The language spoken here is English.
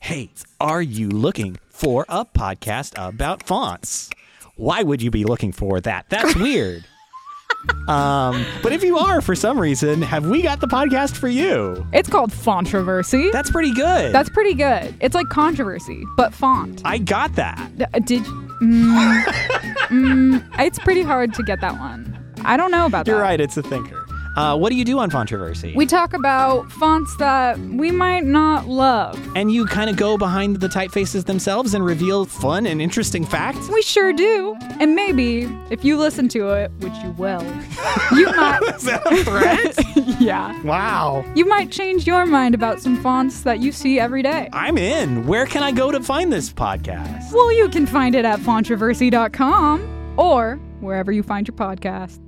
Hey, are you looking for a podcast about fonts? Why would you be looking for that? That's weird. um, but if you are, for some reason, have we got the podcast for you? It's called Fontroversy. That's pretty good. That's pretty good. It's like controversy, but font. I got that. D- uh, Did mm, mm, it's pretty hard to get that one. I don't know about You're that. right. It's a thinker. Uh, what do you do on Fontroversy? We talk about fonts that we might not love. and you kind of go behind the typefaces themselves and reveal fun and interesting facts. We sure do. And maybe if you listen to it, which you will, you might Is that a threat? yeah, wow. you might change your mind about some fonts that you see every day. I'm in. Where can I go to find this podcast? Well, you can find it at fontroversy.com or wherever you find your podcasts.